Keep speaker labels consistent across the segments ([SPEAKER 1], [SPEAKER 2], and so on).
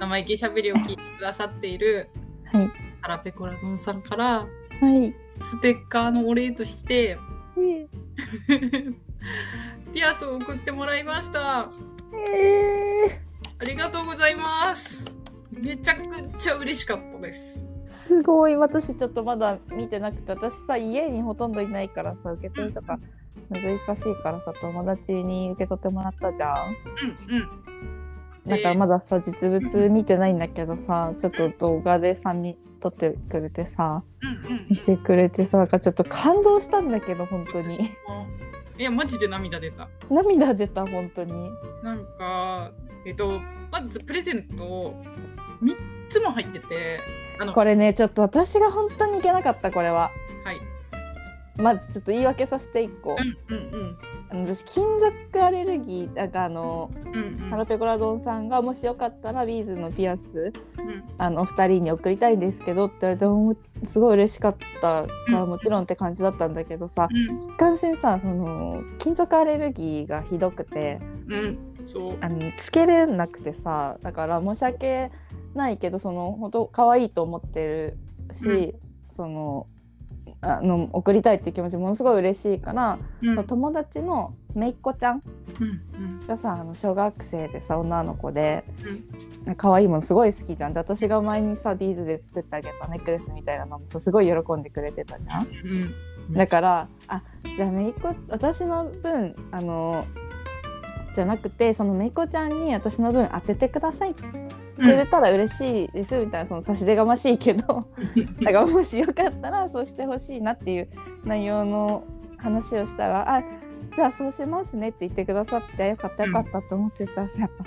[SPEAKER 1] 生意気しゃべりを聞いてくださっている
[SPEAKER 2] はい。
[SPEAKER 1] ハラペコラドンさんから
[SPEAKER 2] はい。
[SPEAKER 1] ステッカーのお礼として ピアスを送ってもらいましたあ
[SPEAKER 2] え
[SPEAKER 1] りがとうございますめちゃくちゃ嬉しかったです
[SPEAKER 2] ー、すごい。私ちょっとまだ見てなくて、私さ、家にほとんどいないからさ、受け取りとか難しいからさ、友達に受け取ってもらったじゃん。
[SPEAKER 1] うんうん
[SPEAKER 2] だからまださ、実物見てないんだけどさ、ちょっと動画でさ、み撮ってくれてさ、
[SPEAKER 1] うんうん
[SPEAKER 2] 見せてくれてさ、なんかちょっと感動したんだけど、本当
[SPEAKER 1] 私も い
[SPEAKER 2] に。
[SPEAKER 1] やマジで涙出た
[SPEAKER 2] 涙出た、本当に。
[SPEAKER 1] なんかえっとまずプレゼント3つも入っててあの
[SPEAKER 2] これね、ちょっと私が本当にいけなかった、これは。
[SPEAKER 1] はい
[SPEAKER 2] まずちょっと言い訳させて一個。
[SPEAKER 1] うんうん
[SPEAKER 2] あの私金属アレルギーなんかあの、
[SPEAKER 1] うんうん
[SPEAKER 2] ハロペコラドンさんがもしよかったらビーズのピアス
[SPEAKER 1] うん
[SPEAKER 2] あのお二人に送りたいんですけどって言われてもうすごい嬉しかったから
[SPEAKER 1] うん
[SPEAKER 2] もちろんって感じだったんだけどさ
[SPEAKER 1] うん
[SPEAKER 2] 一貫性さその金属アレルギーがひどくて
[SPEAKER 1] うんそう
[SPEAKER 2] あのつけれなくてさだから申し訳ないけどその本当可愛いと思ってるし、
[SPEAKER 1] うん
[SPEAKER 2] そのあの送りたいっていう気持ちものすごい嬉しいから、
[SPEAKER 1] うんうん
[SPEAKER 2] 友達のめいっ子ちゃん
[SPEAKER 1] うん
[SPEAKER 2] がさあの小学生でさ女の子で
[SPEAKER 1] うん
[SPEAKER 2] 可愛いものすごい好きじゃんで私が前にさビーズで作ってあげたネックレスみたいなのもさすごい喜んでくれてたじゃん
[SPEAKER 1] うん
[SPEAKER 2] だからあじゃあめいっ子私の分あのじゃなくてそのめいっ子ちゃんに私の分当ててくださいってくれたら嬉しいですみたいなその差し出がましいけど だからもしよかったらそうしてほしいなっていう内容の話をしたら「あじゃあそうしますね」って言ってくださってよかったよかったと思ってたらさやっぱ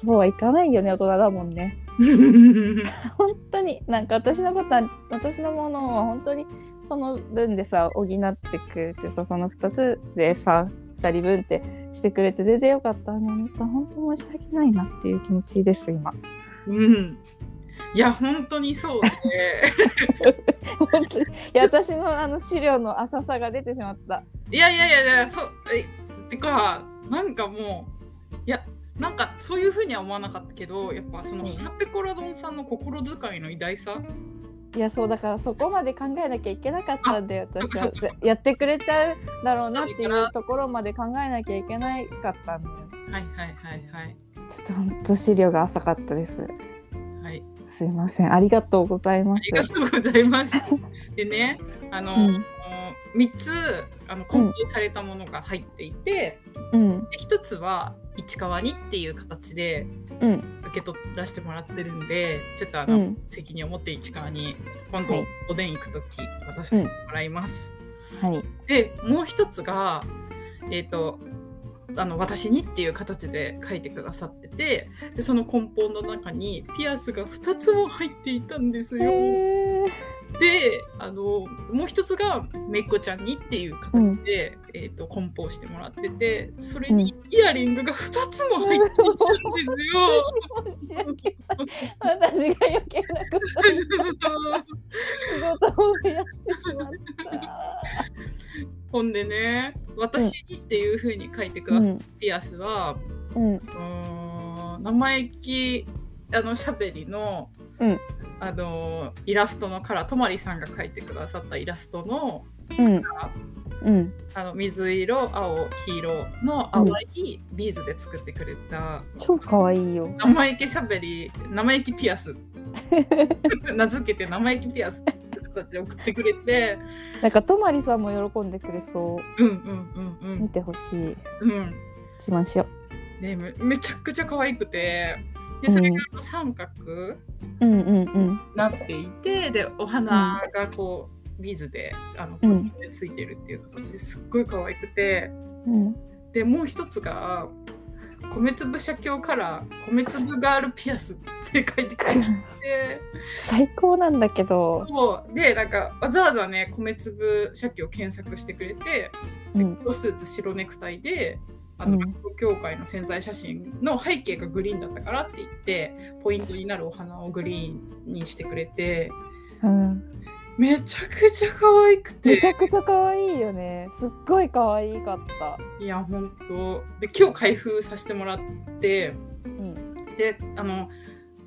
[SPEAKER 2] そうはいかないよね大人だもんね。本当になんか私のことは私のものは本当にその分でさ補ってくれてさその2つでさ2人分ってしてくれて全然よかったのにさ本当申し訳ないなっていう気持ちです 今。
[SPEAKER 1] うんいや本当にそうで
[SPEAKER 2] 本当にいや私のあの資料の浅さが出てしまった。
[SPEAKER 1] いやいやいやいやそうえてかなんかもういやなんかそういうふうには思わなかったけどやっぱその
[SPEAKER 2] うん
[SPEAKER 1] ハペコラドンさんの心遣いの偉大さ
[SPEAKER 2] いやそうだからそこまで考えなきゃいけなかったんで
[SPEAKER 1] そっ
[SPEAKER 2] 私
[SPEAKER 1] かそ
[SPEAKER 2] は
[SPEAKER 1] っかそっか
[SPEAKER 2] やってくれちゃうだろうなっていうところまで考えなきゃいけないかったんで
[SPEAKER 1] はいはいはいはい
[SPEAKER 2] ちょっと本当資料が浅かったです
[SPEAKER 1] はい
[SPEAKER 2] すいませんありがとうございま
[SPEAKER 1] ありが
[SPEAKER 2] す
[SPEAKER 1] とうございます。 でね、あの、
[SPEAKER 2] うん
[SPEAKER 1] 3つあの梱包されたものが入っていて、
[SPEAKER 2] うん
[SPEAKER 1] で1つは市川にっていう形で
[SPEAKER 2] うん
[SPEAKER 1] 受け取らせてもらってるんで、ちょっとあ
[SPEAKER 2] う
[SPEAKER 1] の、
[SPEAKER 2] ん
[SPEAKER 1] 責任を持って市川に今
[SPEAKER 2] は
[SPEAKER 1] 度
[SPEAKER 2] い
[SPEAKER 1] おでん行くとき渡させてもらいます。
[SPEAKER 2] はい
[SPEAKER 1] で、もう1つがえっ、と。あの私にっていう形で書いてくださっててでその梱包の中にピアスが2つも入っていたんです
[SPEAKER 2] へ
[SPEAKER 1] よ。
[SPEAKER 2] え
[SPEAKER 1] であのもう一つがめっこちゃんにっていう形で、えー、と梱包してもらっててそれにイヤリングが2つも入っていたんです よ。
[SPEAKER 2] 申し訳ない私が余計なことに仕事を増やしてしまった
[SPEAKER 1] ほんでね「私に」っていうふうに書いてく
[SPEAKER 2] う
[SPEAKER 1] ださっ
[SPEAKER 2] ん
[SPEAKER 1] たピアスは、
[SPEAKER 2] うん
[SPEAKER 1] うーん生意気あのしゃべりの、
[SPEAKER 2] うん
[SPEAKER 1] あのイラストのカラーとまりさんが書いてくださったイラストの
[SPEAKER 2] うんうん
[SPEAKER 1] あの水色青黄色の淡いビーズで作ってくれた、
[SPEAKER 2] 超可愛いよ
[SPEAKER 1] 生意気しゃべり生意気ピ アス名付けて生意気ピアスって形で送ってくれて
[SPEAKER 2] なんかとまりさんも喜んでくれそ
[SPEAKER 1] うんうん
[SPEAKER 2] う見てほしい
[SPEAKER 1] うんうんうん
[SPEAKER 2] 自慢しよ
[SPEAKER 1] ねめめちゃくちゃ可愛くてでそれがあの三角
[SPEAKER 2] ううんうんうん
[SPEAKER 1] なっていてでお花がこうビーズであの
[SPEAKER 2] うん
[SPEAKER 1] ついてるっていう形ですっごい可愛くて
[SPEAKER 2] うん
[SPEAKER 1] でもう一つが米粒写経から米粒ガールピアスって書いてくれて。
[SPEAKER 2] 最高なんだけど、
[SPEAKER 1] そうでなんかわざわざね米粒社記を検索してくれて、
[SPEAKER 2] う
[SPEAKER 1] で
[SPEAKER 2] ん、
[SPEAKER 1] 黒スーツ白ネクタイであの、
[SPEAKER 2] うん
[SPEAKER 1] 落語協会の宣材写真の背景がグリーンだったからって言ってポイントになるお花をグリーンにしてくれて
[SPEAKER 2] うん、
[SPEAKER 1] めちゃくちゃ可愛く
[SPEAKER 2] めち
[SPEAKER 1] て
[SPEAKER 2] ゃくちゃ可愛いよねすっごい可愛かった、
[SPEAKER 1] いやほんとで今日開封させてもらって
[SPEAKER 2] うん、
[SPEAKER 1] であの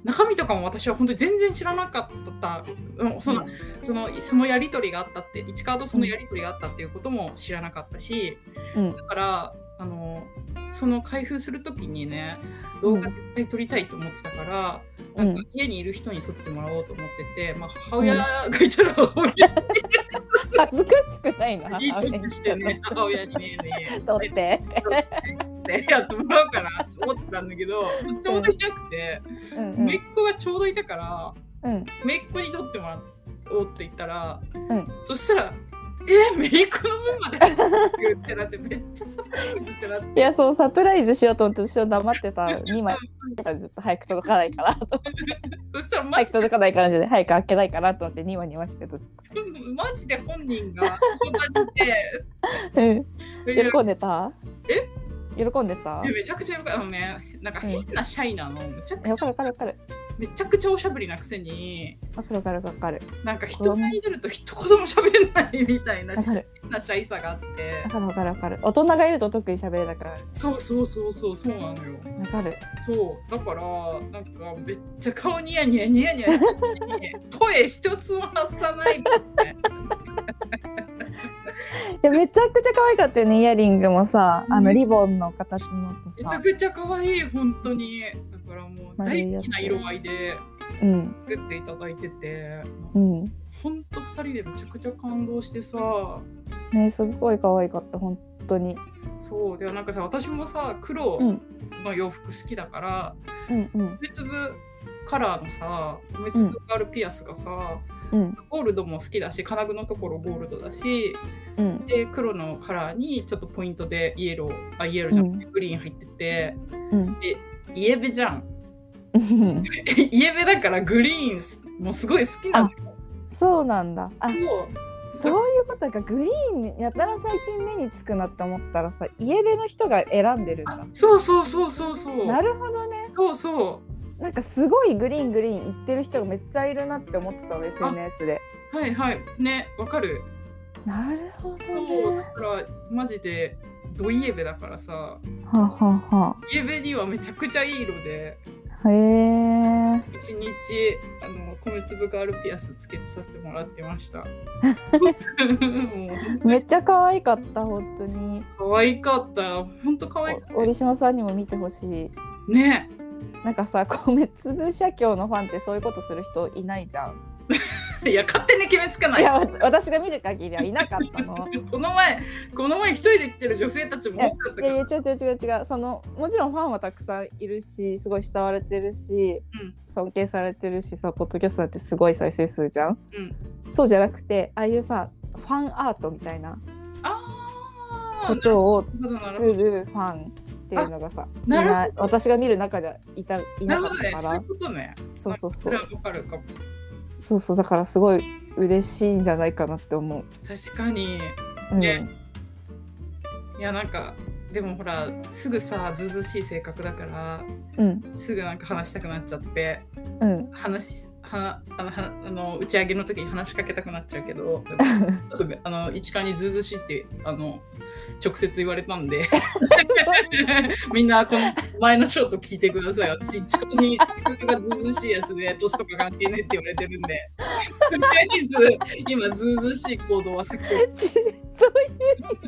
[SPEAKER 1] 中身とかも私は本当に全然知らなかった、うんそのそのそのやり取りがあったって市川とそのやり取りがあったっていうことも知らなかったし、
[SPEAKER 2] うん
[SPEAKER 1] だからあのその開封する時にね動画絶対撮りたいと思ってたから、
[SPEAKER 2] うん
[SPEAKER 1] なんか家にいる人に撮ってもらおうと思ってて、まあ、母親がいたら母親
[SPEAKER 2] 恥ずかしくないな。
[SPEAKER 1] に撮ってきてね母親にね ね
[SPEAKER 2] 撮って。
[SPEAKER 1] ってやってもらおうかなと思ってたんだけどちょうどいなくて、
[SPEAKER 2] うん
[SPEAKER 1] 姪っ子がちょうどいたから。
[SPEAKER 2] うん。
[SPEAKER 1] 姪っ子に取ってもらおうって言ったら、
[SPEAKER 2] ん
[SPEAKER 1] そしたら「え姪っ子の分まで入ってる」ってなってめっちゃサプライズってなって
[SPEAKER 2] いやそうサプライズしようと思って私は黙ってた2枚だからずっと早く届かないから
[SPEAKER 1] そしたらマ
[SPEAKER 2] 早
[SPEAKER 1] ジ
[SPEAKER 2] く
[SPEAKER 1] で
[SPEAKER 2] 届かないからじゃない早く開けないからと思ってニワニワしてたずっ
[SPEAKER 1] マジで本人がこんなにいて
[SPEAKER 2] とうん
[SPEAKER 1] めちゃ
[SPEAKER 2] 喜んでた
[SPEAKER 1] え
[SPEAKER 2] 喜んでた
[SPEAKER 1] めちゃくちゃよかったあのねなんか変なシャイなのめちゃく
[SPEAKER 2] わ
[SPEAKER 1] ちゃ
[SPEAKER 2] かるわかるわかる
[SPEAKER 1] めちゃくちゃおしゃべりなくせに
[SPEAKER 2] わかるわかるわかる
[SPEAKER 1] なんか人前に出ると一言も喋れないみたいな
[SPEAKER 2] わか
[SPEAKER 1] 変
[SPEAKER 2] る
[SPEAKER 1] なシャイさがあって
[SPEAKER 2] わかるわかるわかる大人がいると特に喋れたから
[SPEAKER 1] そうそうそうそうそうなのよ。
[SPEAKER 2] わかる
[SPEAKER 1] そうだからなんかめっちゃ顔ニヤニヤニヤニヤしてるのに声一つも発さないもんね
[SPEAKER 2] いやめちゃくちゃ可愛かったよねイヤリングもさあ
[SPEAKER 1] う
[SPEAKER 2] の
[SPEAKER 1] ん
[SPEAKER 2] リボンの形のと
[SPEAKER 1] めちゃ
[SPEAKER 2] さ
[SPEAKER 1] くちゃ可愛い本当にだからもう大好きな色合いで
[SPEAKER 2] うん
[SPEAKER 1] 作っていただいてて
[SPEAKER 2] うん
[SPEAKER 1] 本当二人でめちゃくちゃ感動してさ
[SPEAKER 2] ねすごい可愛かった本当に
[SPEAKER 1] そうではなんかさ私もさ黒
[SPEAKER 2] うん
[SPEAKER 1] の洋服好きだから
[SPEAKER 2] うんうん
[SPEAKER 1] 米粒カラーのさ米粒があるピアスがさ、
[SPEAKER 2] うん
[SPEAKER 1] ゴールドも好きだし金具のところゴールドだし
[SPEAKER 2] うん
[SPEAKER 1] で黒のカラーにちょっとポイントでイエローあイエローじゃなくてグリーン入ってて、
[SPEAKER 2] うん
[SPEAKER 1] イエベじゃん
[SPEAKER 2] うん
[SPEAKER 1] イエベだからグリーンもすごい好きなのよ
[SPEAKER 2] そうなんだあ
[SPEAKER 1] そう
[SPEAKER 2] そういうことかグリーンやたら最近目につくなって思ったらさ家出の人が選んでるんだ
[SPEAKER 1] そうそうそうそうそう
[SPEAKER 2] なるほどね
[SPEAKER 1] そうそ
[SPEAKER 2] なんかすごいグリーングリーン言ってる人がめっちゃいるなって思ってたの SNS で
[SPEAKER 1] うはいはいねわかる
[SPEAKER 2] なるほど
[SPEAKER 1] そう
[SPEAKER 2] ね
[SPEAKER 1] だからマジでドイエベだからさ
[SPEAKER 2] はあはあは
[SPEAKER 1] イエベにはめちゃくちゃいい色で
[SPEAKER 2] あへえ
[SPEAKER 1] 一日あの米粒ガールピアスつけてさせてもらってましたもう
[SPEAKER 2] めっちゃ可愛かった本当に
[SPEAKER 1] 可愛かった本当可愛かった
[SPEAKER 2] お折島さんにも見てほしい
[SPEAKER 1] ね
[SPEAKER 2] なんかさ米粒社協のファンってそういうことする人いないじゃん
[SPEAKER 1] いや勝手に決めつけないい。
[SPEAKER 2] やわ私が見る限りはいなかっ たの
[SPEAKER 1] この前この前一人で来てる女性たちも多かった
[SPEAKER 2] い
[SPEAKER 1] か
[SPEAKER 2] や
[SPEAKER 1] ら。
[SPEAKER 2] いや違う違う違う違うそのもちろんファンはたくさんいるしすごい慕われてるし
[SPEAKER 1] うん
[SPEAKER 2] 尊敬されてるしさポッドキャストだってすごい再生数じゃん、
[SPEAKER 1] うん
[SPEAKER 2] そうじゃなくてああいうさファンアートみたいな
[SPEAKER 1] ああ
[SPEAKER 2] こ。とを
[SPEAKER 1] なるほどなるほ
[SPEAKER 2] 作
[SPEAKER 1] ど
[SPEAKER 2] るファンっていうのがさい
[SPEAKER 1] なるほど
[SPEAKER 2] ない私が見る中ではいたい
[SPEAKER 1] な
[SPEAKER 2] な
[SPEAKER 1] る
[SPEAKER 2] か
[SPEAKER 1] ほ
[SPEAKER 2] っ
[SPEAKER 1] どね
[SPEAKER 2] たか
[SPEAKER 1] そういうことね。
[SPEAKER 2] らそうそう
[SPEAKER 1] そ
[SPEAKER 2] そ
[SPEAKER 1] れ
[SPEAKER 2] う
[SPEAKER 1] はわかるかも。
[SPEAKER 2] そうそうだからすごい嬉しいんじゃないかなって思う。
[SPEAKER 1] 確かに
[SPEAKER 2] うん
[SPEAKER 1] ねいやなんかでもほらすぐさずうずうしい性格だから
[SPEAKER 2] うん
[SPEAKER 1] すぐなんか話したくなっちゃって
[SPEAKER 2] うん、
[SPEAKER 1] 話しはあのはあの打ち上げの時に話しかけたくなっちゃうけどちょっとあの一貫にずうずうしいってあの直接言われたんで。みんなこの前のショート聞いてください。私、一番に性格がずうずうしいやつで、年とか関係ねえって言われてるんで、とりあえず、今、ずうずうしい行動はさっきより、
[SPEAKER 2] そうい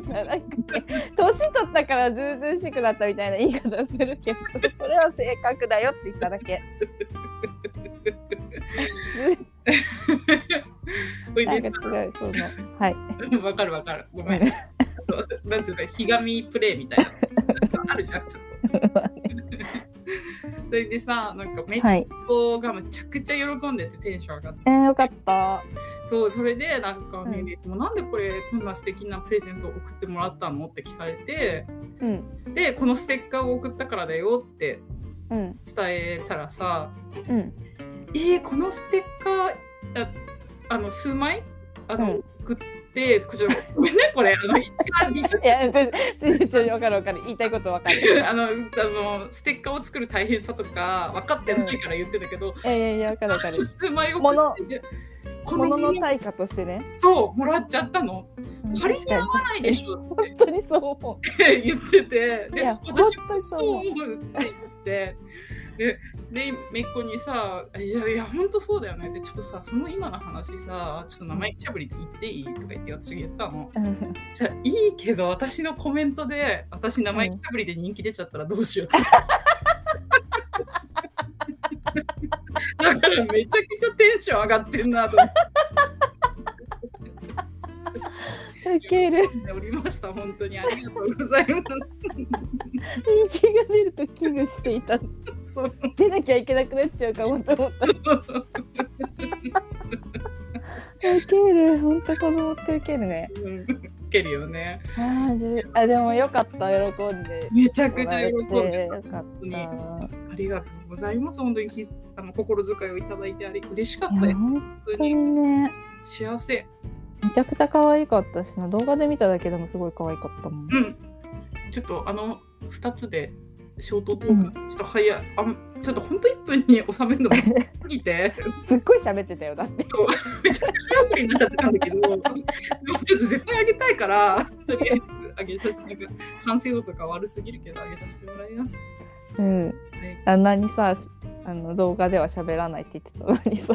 [SPEAKER 2] う意味じゃな くて年取ったからずうずうしくなったみたいな言い方するけどそれは性格だよって言った だけ
[SPEAKER 1] おい
[SPEAKER 2] なん
[SPEAKER 1] で
[SPEAKER 2] か違うそのはい
[SPEAKER 1] わかるわかる。ごめん。なんていうか、ひがみプレイみたいな。あるじゃん、ちょっと。それでさ、なんか、めっ
[SPEAKER 2] はい
[SPEAKER 1] 子がめちゃくちゃ喜んでてテンション上がって。
[SPEAKER 2] えー、よかった
[SPEAKER 1] そうそれでなんか、ね
[SPEAKER 2] うん
[SPEAKER 1] でもなんでこれこんな素敵なプレゼントを送ってもらったのって聞かれて
[SPEAKER 2] うん
[SPEAKER 1] でこのステッカーを送ったからだよって
[SPEAKER 2] うん
[SPEAKER 1] 伝えたらさ
[SPEAKER 2] うん
[SPEAKER 1] 「えー、このステッカーああの数枚あの、
[SPEAKER 2] うん
[SPEAKER 1] 送ってこちらごめんねこれあの一番ディス
[SPEAKER 2] いや全然全然わかるわかる言いたいことわかる
[SPEAKER 1] あのあのステッカーを作る大変さとか分かってないから言ってたけど、
[SPEAKER 2] いやいやいやわかるわかる
[SPEAKER 1] 数枚送
[SPEAKER 2] もの
[SPEAKER 1] っててこの
[SPEAKER 2] 物の対価としてね
[SPEAKER 1] そうもらっちゃったの
[SPEAKER 2] うん
[SPEAKER 1] 借り
[SPEAKER 2] 確
[SPEAKER 1] に合
[SPEAKER 2] かに
[SPEAKER 1] わないでしょって
[SPEAKER 2] 本当にそう思
[SPEAKER 1] って言ってて、
[SPEAKER 2] い
[SPEAKER 1] で
[SPEAKER 2] や
[SPEAKER 1] 私
[SPEAKER 2] 本当
[SPEAKER 1] も
[SPEAKER 2] に
[SPEAKER 1] そ
[SPEAKER 2] そうう
[SPEAKER 1] 思うって言って、で、めっこにさ、いや、いや本当そうだよねって、ちょっとさ、その今の話さ、ちょっと名前しゃぶりで言っていいとか言って私が言ったの。じゃあいいけど、私のコメントで、私名前しゃぶりで人気出ちゃったらどうしようっ て。だからめちゃくちゃテンション上がってんなと思って
[SPEAKER 2] ウケる
[SPEAKER 1] おりました、本当にありがとうございま
[SPEAKER 2] 人気が出ると危惧していた
[SPEAKER 1] す。そう
[SPEAKER 2] 出なきゃいけなくなっちゃうかもと思ったウケる本当子供ってウケるね
[SPEAKER 1] うん受けるよね。
[SPEAKER 2] あーじゅあでもよかった喜んで
[SPEAKER 1] めちゃく
[SPEAKER 2] も
[SPEAKER 1] ちゃ
[SPEAKER 2] らえ
[SPEAKER 1] 喜ん
[SPEAKER 2] て
[SPEAKER 1] で
[SPEAKER 2] よかったいや
[SPEAKER 1] ありがとうございます。本当にきあの心遣いをいただいてあり嬉しかったよ。
[SPEAKER 2] 本
[SPEAKER 1] 本当
[SPEAKER 2] 当に
[SPEAKER 1] に
[SPEAKER 2] ね
[SPEAKER 1] 幸せ。
[SPEAKER 2] めちゃくちゃ可愛かったしな動画で見ただけでもすごい可愛かったもん
[SPEAKER 1] うん。ちょっとあの二つでショート動画、ちょっと早い。あんちょっと本当一分に収めるのも過ぎ て、
[SPEAKER 2] すっごい喋ってたよだって
[SPEAKER 1] めちゃくちゃ早送りになっちゃってたんだけど、でもちょっと絶対あげたいから、とりあえずあげさせてなんか完成度とか悪すぎるけどあげさせてもらいます。
[SPEAKER 2] うん
[SPEAKER 1] はい
[SPEAKER 2] あんなにさあの動画では喋らないって言ってたのにさ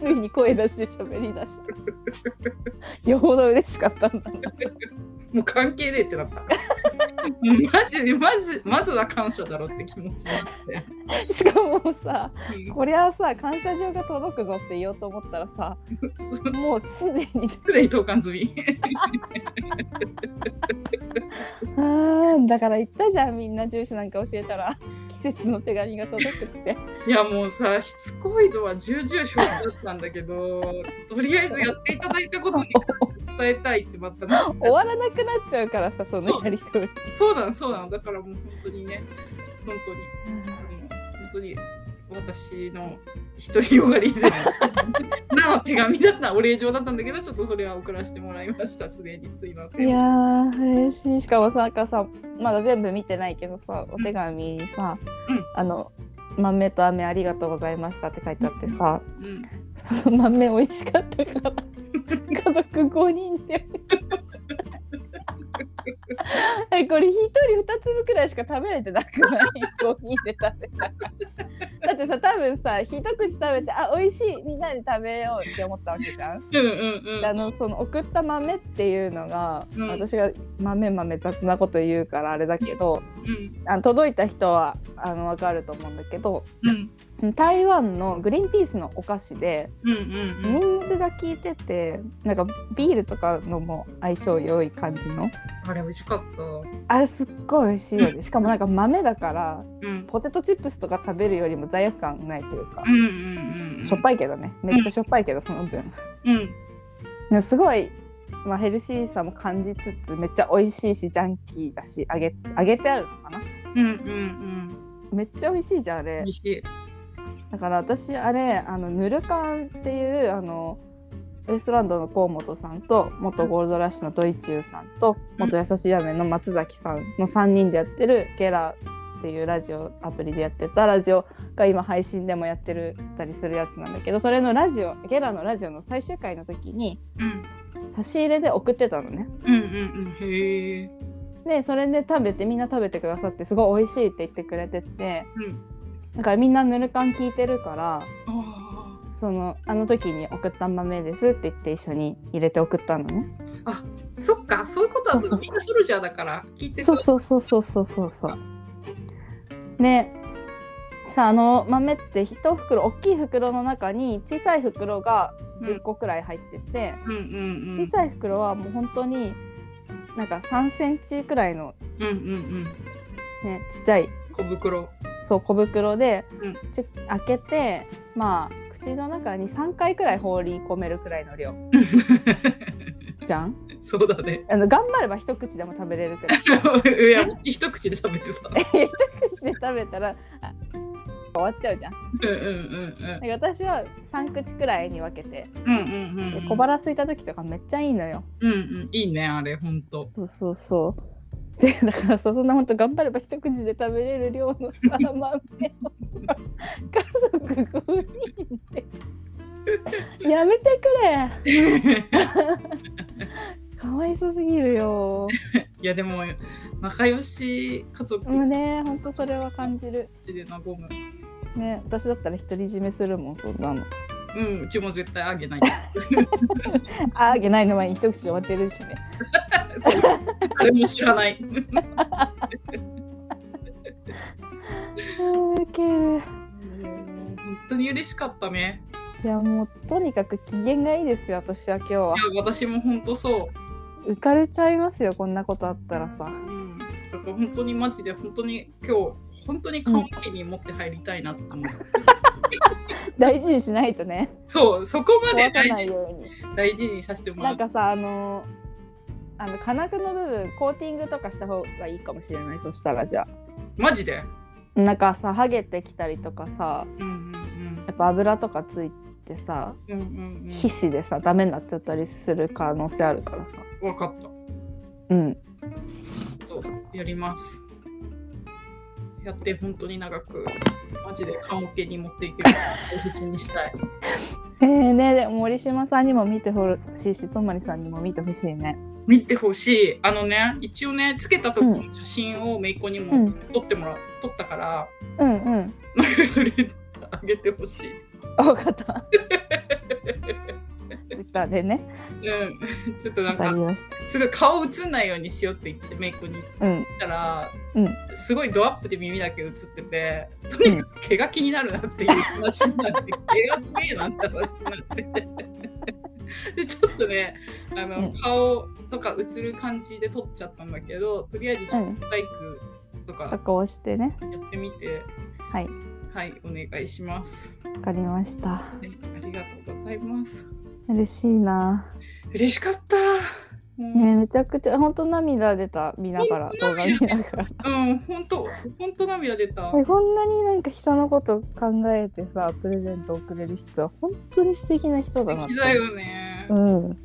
[SPEAKER 2] ついに声出して喋り出したよほど嬉しかったんだな
[SPEAKER 1] もう関係ねえってなった。マジでまずまずは感謝だろうって気持ちになって。
[SPEAKER 2] しかもさこりゃさ感謝状が届くぞって言おうと思ったらさも
[SPEAKER 1] もう
[SPEAKER 2] うすでに
[SPEAKER 1] すでに投函済み。
[SPEAKER 2] あーだから言ったじゃんみんな住所なんか教えたら季節の手紙が届くって
[SPEAKER 1] いやもうさしつこいのは重々承知だったんだけど、とりあえずやっていただいたことに伝えたいってまたなっち
[SPEAKER 2] 終
[SPEAKER 1] ゃっ
[SPEAKER 2] わらなくなっちゃうからさそのやりとり
[SPEAKER 1] た。そうなのそうなのだからもう本当にね本当にうん本当に私の独りよがりでなお手紙だったお礼状だったんだけどちょっとそれは送らせてもらいましたすでにすいませ
[SPEAKER 2] い
[SPEAKER 1] ん。
[SPEAKER 2] やー嬉しいしかもさなんかさまだ全部見てないけどさお手紙にさ「
[SPEAKER 1] うん
[SPEAKER 2] あの豆と飴ありがとうございました」って書いてあってさ
[SPEAKER 1] うん
[SPEAKER 2] 「その豆美味しかった から家族5人で」えこれ一人2粒くらいしか食べれてなくない5人で食べたらだってさ多分さ一口食べて「あ美味しいみんなで食べよう」って思ったわけじゃ
[SPEAKER 1] う
[SPEAKER 2] ん。
[SPEAKER 1] んうんうん
[SPEAKER 2] であのその送った豆っていうのが、
[SPEAKER 1] うん
[SPEAKER 2] 私が豆豆雑なこと言うからあれだけど
[SPEAKER 1] うん
[SPEAKER 2] あの届いた人はあの分かると思うんだけど
[SPEAKER 1] うん
[SPEAKER 2] 台湾のグリーンピースのお菓子で
[SPEAKER 1] うんう
[SPEAKER 2] ニン
[SPEAKER 1] んうん
[SPEAKER 2] ニクが効いててなんかビールとかのも相性良い感じの
[SPEAKER 1] あれ美味しかった。
[SPEAKER 2] あれすっごい美味しいよねしかもなんか豆だから
[SPEAKER 1] うん
[SPEAKER 2] ポテトチップスとか食べるよりも罪悪感ないというか
[SPEAKER 1] うんうんうん。
[SPEAKER 2] しょっぱいけどねめっちゃしょっぱいけどその分。
[SPEAKER 1] うん
[SPEAKER 2] ねすごい、まあ、ヘルシーさも感じつつめっちゃ美味しいしジャンキーだし揚げ揚げてあるのかな
[SPEAKER 1] うんうんうん。
[SPEAKER 2] めっちゃ美味しいじゃんあ
[SPEAKER 1] 美
[SPEAKER 2] れ
[SPEAKER 1] 味しい。
[SPEAKER 2] だから私あれあのヌルカンっていうあのウエストランドの河本さんと元ゴールドラッシュのドイチューさんと元優しい雨の松崎さんの3人でやってるゲラっていうラジオアプリでやってたラジオが今配信でもやってるたりするやつなんだけどそれのラジオゲラのラジオの最終回の時に
[SPEAKER 1] うん
[SPEAKER 2] 差し入れで送ってたのね
[SPEAKER 1] うんうんうん。へえ。
[SPEAKER 2] でそれで食べてみんな食べてくださってすごい美味しいって言ってくれてて
[SPEAKER 1] うん。
[SPEAKER 2] だからみんなぬるかん聞いてるから
[SPEAKER 1] あ
[SPEAKER 2] そのあの時に送った豆ですって言って一緒に入れて送ったのね
[SPEAKER 1] あ。そっかそういうことだ
[SPEAKER 2] そうそう
[SPEAKER 1] と
[SPEAKER 2] そう
[SPEAKER 1] みんなソルジャーだから聞いて
[SPEAKER 2] そう
[SPEAKER 1] た
[SPEAKER 2] そうそうそうそうそうそうねさああの豆って一袋大きい袋の中に小さい袋が10個くらい入ってて、
[SPEAKER 1] うんうんうん。
[SPEAKER 2] 小さい袋はもう本当になんか3センチくらいの、
[SPEAKER 1] うんうんうん。
[SPEAKER 2] ね、ちっちゃい
[SPEAKER 1] 小袋。
[SPEAKER 2] そう小袋で、
[SPEAKER 1] うん
[SPEAKER 2] ち開けてまあ口の中に3回くらい放り込めるくらいの量じゃん
[SPEAKER 1] そうだね。
[SPEAKER 2] あの頑張れば一口でも食べれるくら い
[SPEAKER 1] いや一口で食べてさ。
[SPEAKER 2] 一口で食べたらあ終わっちゃうじゃん
[SPEAKER 1] うんうんうん
[SPEAKER 2] だから私は3口くらいに分けて
[SPEAKER 1] うん。うんうんう
[SPEAKER 2] で
[SPEAKER 1] ん。
[SPEAKER 2] 小。腹空いた時とかめっちゃいいのよ
[SPEAKER 1] うんうん。いいねあれ本当。
[SPEAKER 2] そうそうそうでだからさそんなほんと頑張れば一口で食べれる量のさ豆をさ家族5人 でやめてくれかわいそうすぎるよ。
[SPEAKER 1] いやでも仲良し家族
[SPEAKER 2] もうね、本当それは感じる。
[SPEAKER 1] ちで和む。
[SPEAKER 2] ね、私だったら独り占めするもん、そんなの。
[SPEAKER 1] うん、うちも絶対あげ ない。
[SPEAKER 2] あーげないの前に一口終わってるしね。
[SPEAKER 1] そう誰も知らない。
[SPEAKER 2] うんウケる。
[SPEAKER 1] 本当に嬉しかったね。。
[SPEAKER 2] いや、もうとにかく機嫌がいいですよ、私は今日はい
[SPEAKER 1] や私も本当そ
[SPEAKER 2] 浮かれちゃいますよ、こんなことあったらさ
[SPEAKER 1] う。。うん、だから本当にマジで本当に今日本当に缶桶に持って入りたいなと思う。
[SPEAKER 2] 大事にしないとね、
[SPEAKER 1] そうそこまで
[SPEAKER 2] 壊さ
[SPEAKER 1] 大
[SPEAKER 2] ない
[SPEAKER 1] 事
[SPEAKER 2] ように。
[SPEAKER 1] 大事にさせてもら
[SPEAKER 2] なん
[SPEAKER 1] う。
[SPEAKER 2] かさ、あのーあの金具の部分コーティングとかした方がいいかもしれないそしたらじゃ
[SPEAKER 1] マジで。
[SPEAKER 2] あなんかさハゲてきたりとかさ
[SPEAKER 1] うん
[SPEAKER 2] やっぱ油とかついてさ
[SPEAKER 1] うんうんうんうんうん。
[SPEAKER 2] 皮脂でさダメになっちゃったりする可能性あるからさ
[SPEAKER 1] わかった。
[SPEAKER 2] うん
[SPEAKER 1] ちょっとやります。やって本当に長くマジで缶桶に持っていける大切にしたい。
[SPEAKER 2] えー、ねでも森島さんにも見てほしいしとまりさんにも見てほしいね
[SPEAKER 1] 見てほしいあのね一応ねつけた時の写真をめいっ子に
[SPEAKER 2] う
[SPEAKER 1] も
[SPEAKER 2] ん
[SPEAKER 1] 撮ってもら撮ったから、
[SPEAKER 2] うんうん
[SPEAKER 1] なんかそれあげてほしい
[SPEAKER 2] 分かった ツイッターでね
[SPEAKER 1] うん ちょっとな
[SPEAKER 2] わ
[SPEAKER 1] ん
[SPEAKER 2] かり
[SPEAKER 1] か
[SPEAKER 2] まし
[SPEAKER 1] すごい顔映んないようにしようって言ってめいっ子に言
[SPEAKER 2] たうん
[SPEAKER 1] ったら、
[SPEAKER 2] うん
[SPEAKER 1] すごいドアップで耳だけ映っててとにかく毛が気になるなっていう話にな って、毛がすげえなって話になってでちょっとねあの、
[SPEAKER 2] うん
[SPEAKER 1] 顔とか映る感じで撮っちゃったんだけどとりあえずちょっとバイクとか、
[SPEAKER 2] とか押してね
[SPEAKER 1] やってみて、
[SPEAKER 2] はい
[SPEAKER 1] はい、お願いします。
[SPEAKER 2] わかりました
[SPEAKER 1] はいありがとうございます。
[SPEAKER 2] 嬉しいな
[SPEAKER 1] 嬉しかった。もう
[SPEAKER 2] ねめちゃくちゃ本当涙出た見な がら動画見なが ら
[SPEAKER 1] うん、本当、本当涙出た。
[SPEAKER 2] えこんなになんか人のこと考えてさプレゼントをくれる人は本当に素敵な人
[SPEAKER 1] 素
[SPEAKER 2] だなって
[SPEAKER 1] 敵だよね。
[SPEAKER 2] うん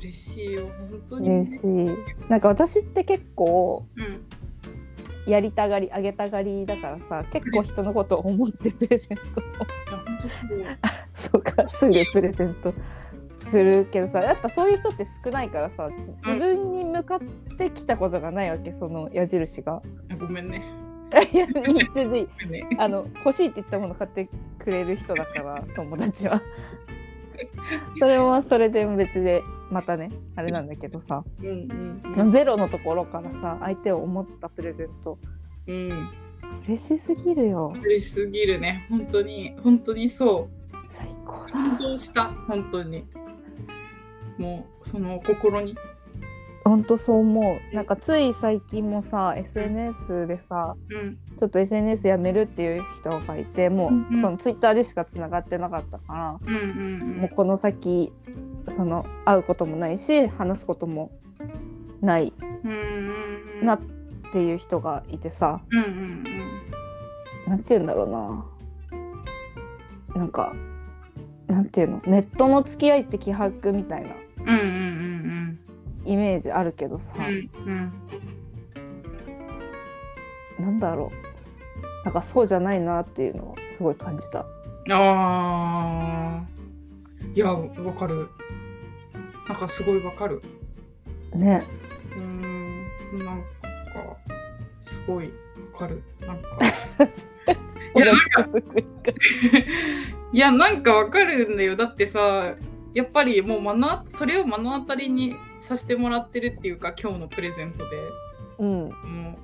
[SPEAKER 1] 嬉しいよ、本当に。
[SPEAKER 2] 嬉しいなんか私って結構
[SPEAKER 1] うん、
[SPEAKER 2] やりたがりあげたがりだからさ結構人のことを思ってプレゼントを
[SPEAKER 1] いや、本当すごい。
[SPEAKER 2] そうかすぐプレゼントするけどさやっぱそういう人って少ないからさ自分に向かってきたことがないわけその矢印が。
[SPEAKER 1] あごめんね。
[SPEAKER 2] いやいい全然いい
[SPEAKER 1] ごめんね
[SPEAKER 2] あの欲しいって言ったもの買ってくれる人だから友達は。それはそれで別でまたねあれなんだけどさ
[SPEAKER 1] うん、うん、
[SPEAKER 2] ゼロのところからさ相手を思ったプレゼント
[SPEAKER 1] うん、
[SPEAKER 2] 嬉しすぎるよ
[SPEAKER 1] 嬉しすぎるね、本当に、本当にそう。
[SPEAKER 2] 最高だ。
[SPEAKER 1] 感動した、本当に。もう、その心に。
[SPEAKER 2] ほんとそう思うなんかつい最近もさ SNS でさ
[SPEAKER 1] うん、
[SPEAKER 2] ちょっと SNS やめるっていう人がいても
[SPEAKER 1] うん
[SPEAKER 2] うそのツイッターでしかつながってなかったか
[SPEAKER 1] うん、うん、う。
[SPEAKER 2] らもうんこの先その会うこともないし話すこともない
[SPEAKER 1] うん、うん、うん。
[SPEAKER 2] なっていう人がいてさ
[SPEAKER 1] うん、うん、うん。
[SPEAKER 2] なんて言うんだろうななんかなんていうのネットの付き合いって希薄みたいな
[SPEAKER 1] うんうんうん
[SPEAKER 2] イメージあるけどさ、
[SPEAKER 1] うんうんうん
[SPEAKER 2] なんだろうなんかそうじゃないなっていうのをすごい感じた。
[SPEAKER 1] あーいやわかるなんかすごいわかる
[SPEAKER 2] ね
[SPEAKER 1] うーんなんかすごいわかるなんか い
[SPEAKER 2] 同
[SPEAKER 1] やなん
[SPEAKER 2] じ
[SPEAKER 1] か
[SPEAKER 2] こと繰り返す
[SPEAKER 1] いやなんかわかるんだよだってさやっぱりもう目のそれを目の当たりにさせてもらってるっていうか今日のプレゼントで
[SPEAKER 2] うん
[SPEAKER 1] も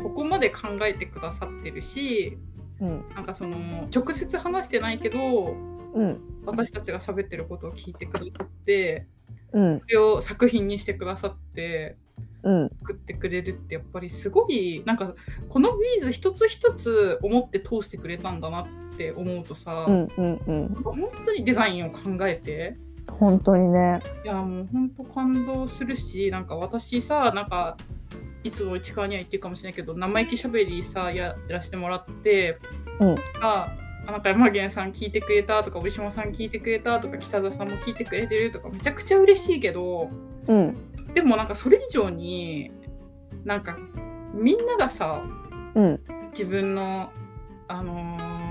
[SPEAKER 1] うここまで考えてくださってるし
[SPEAKER 2] うん
[SPEAKER 1] なんかその直接話してないけど
[SPEAKER 2] うん
[SPEAKER 1] 私たちが喋ってることを聞いてくださって
[SPEAKER 2] うん
[SPEAKER 1] それを作品にしてくださって
[SPEAKER 2] うん
[SPEAKER 1] 作ってくれるってやっぱりすごいなんかこのビーズ一つ一つ思って通してくれたんだなって思うとさ、
[SPEAKER 2] うんうんうん
[SPEAKER 1] 本当にデザインを考えて
[SPEAKER 2] 本当にね
[SPEAKER 1] いやもう本当感動するしなんか私さなんかいつも市川には言ってるかもしれないけど生意気しゃべりさやらせてもらって、
[SPEAKER 2] うん
[SPEAKER 1] ああなんか山源さん聞いてくれたとか折島さん聞いてくれたとか北田さんも聞いてくれてるとかめちゃくちゃ嬉しいけど
[SPEAKER 2] うん
[SPEAKER 1] でもなんかそれ以上になんかみんながさ
[SPEAKER 2] うん
[SPEAKER 1] 自分のあのー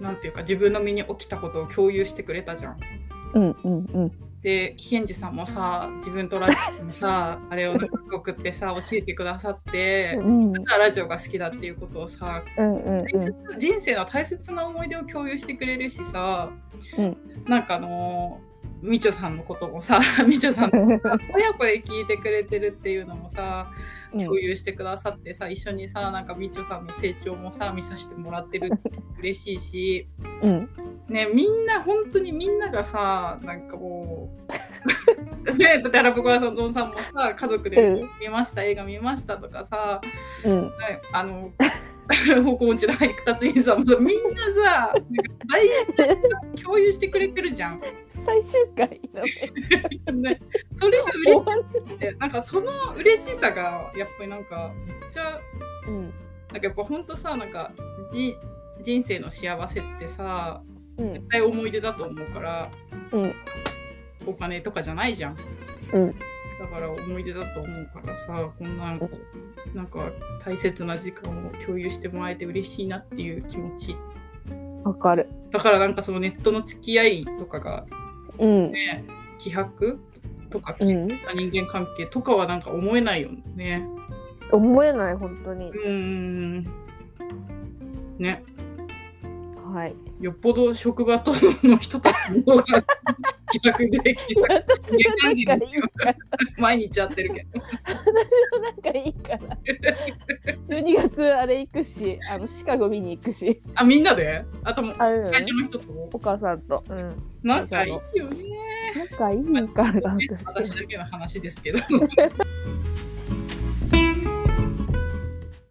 [SPEAKER 1] なんていうか自分の身に起きたことを共有してくれたじゃん。
[SPEAKER 2] うんうんうん
[SPEAKER 1] で紀元寺さんもさ自分とラジオもさあれを送ってさ教えてくださって
[SPEAKER 2] うん、
[SPEAKER 1] だからラジオが好きだっていうことをさ
[SPEAKER 2] うんうん
[SPEAKER 1] 大切人生の大切な思い出を共有してくれるしさ、
[SPEAKER 2] うん
[SPEAKER 1] なんかあのーみちょさんのこともさみちょさんの親子で聞いてくれてるっていうのもさ
[SPEAKER 2] うん
[SPEAKER 1] 共有してくださってさ一緒にさなんかみちょさんの成長もさ見させてもらってるって嬉しいし。
[SPEAKER 2] うん
[SPEAKER 1] ねみんな本当にみんながさなんかもう ねだから僕はそのさんもさ家族
[SPEAKER 2] う
[SPEAKER 1] で
[SPEAKER 2] ん
[SPEAKER 1] 見ました映画見ましたとかさ、
[SPEAKER 2] うん
[SPEAKER 1] ねあの 方向音痴の俳句達人さんもさみんなさなんか大事な共有してくれてるじゃん、
[SPEAKER 2] 最終回だね
[SPEAKER 1] ね、それが嬉
[SPEAKER 2] 後
[SPEAKER 1] し
[SPEAKER 2] 半
[SPEAKER 1] くてなんかその嬉しさがやっぱりなんかめっちゃ
[SPEAKER 2] うん
[SPEAKER 1] なんかやっぱほんとさなんかじ人生の幸せってさ
[SPEAKER 2] うん
[SPEAKER 1] 絶対思い出だと思うから
[SPEAKER 2] うん
[SPEAKER 1] お金とかじゃないじゃん
[SPEAKER 2] うん
[SPEAKER 1] だから思い出だと思うからさこんなんなんか大切な時間を共有してもらえて嬉しいなっていう気持ち
[SPEAKER 2] わかる
[SPEAKER 1] だからなんかそのネットの付き合いとかが
[SPEAKER 2] うん
[SPEAKER 1] ね希薄とか
[SPEAKER 2] うん
[SPEAKER 1] 人間関係とかはなんか思えないよね
[SPEAKER 2] 思えない本当に
[SPEAKER 1] うーんね
[SPEAKER 2] はい
[SPEAKER 1] よっぽど職場との人たちの方が気楽で気楽
[SPEAKER 2] 私はなんかいいから
[SPEAKER 1] 毎日会ってるけど
[SPEAKER 2] 私はなんかいいから12月あれ行くしあのシカゴ見に行くし
[SPEAKER 1] あみんなであともう
[SPEAKER 2] あれだ
[SPEAKER 1] 会
[SPEAKER 2] ね
[SPEAKER 1] 社の人と
[SPEAKER 2] お母さんと、うん、
[SPEAKER 1] 仲いいよね
[SPEAKER 2] なんかいいからなんか
[SPEAKER 1] 私だけの話ですけど。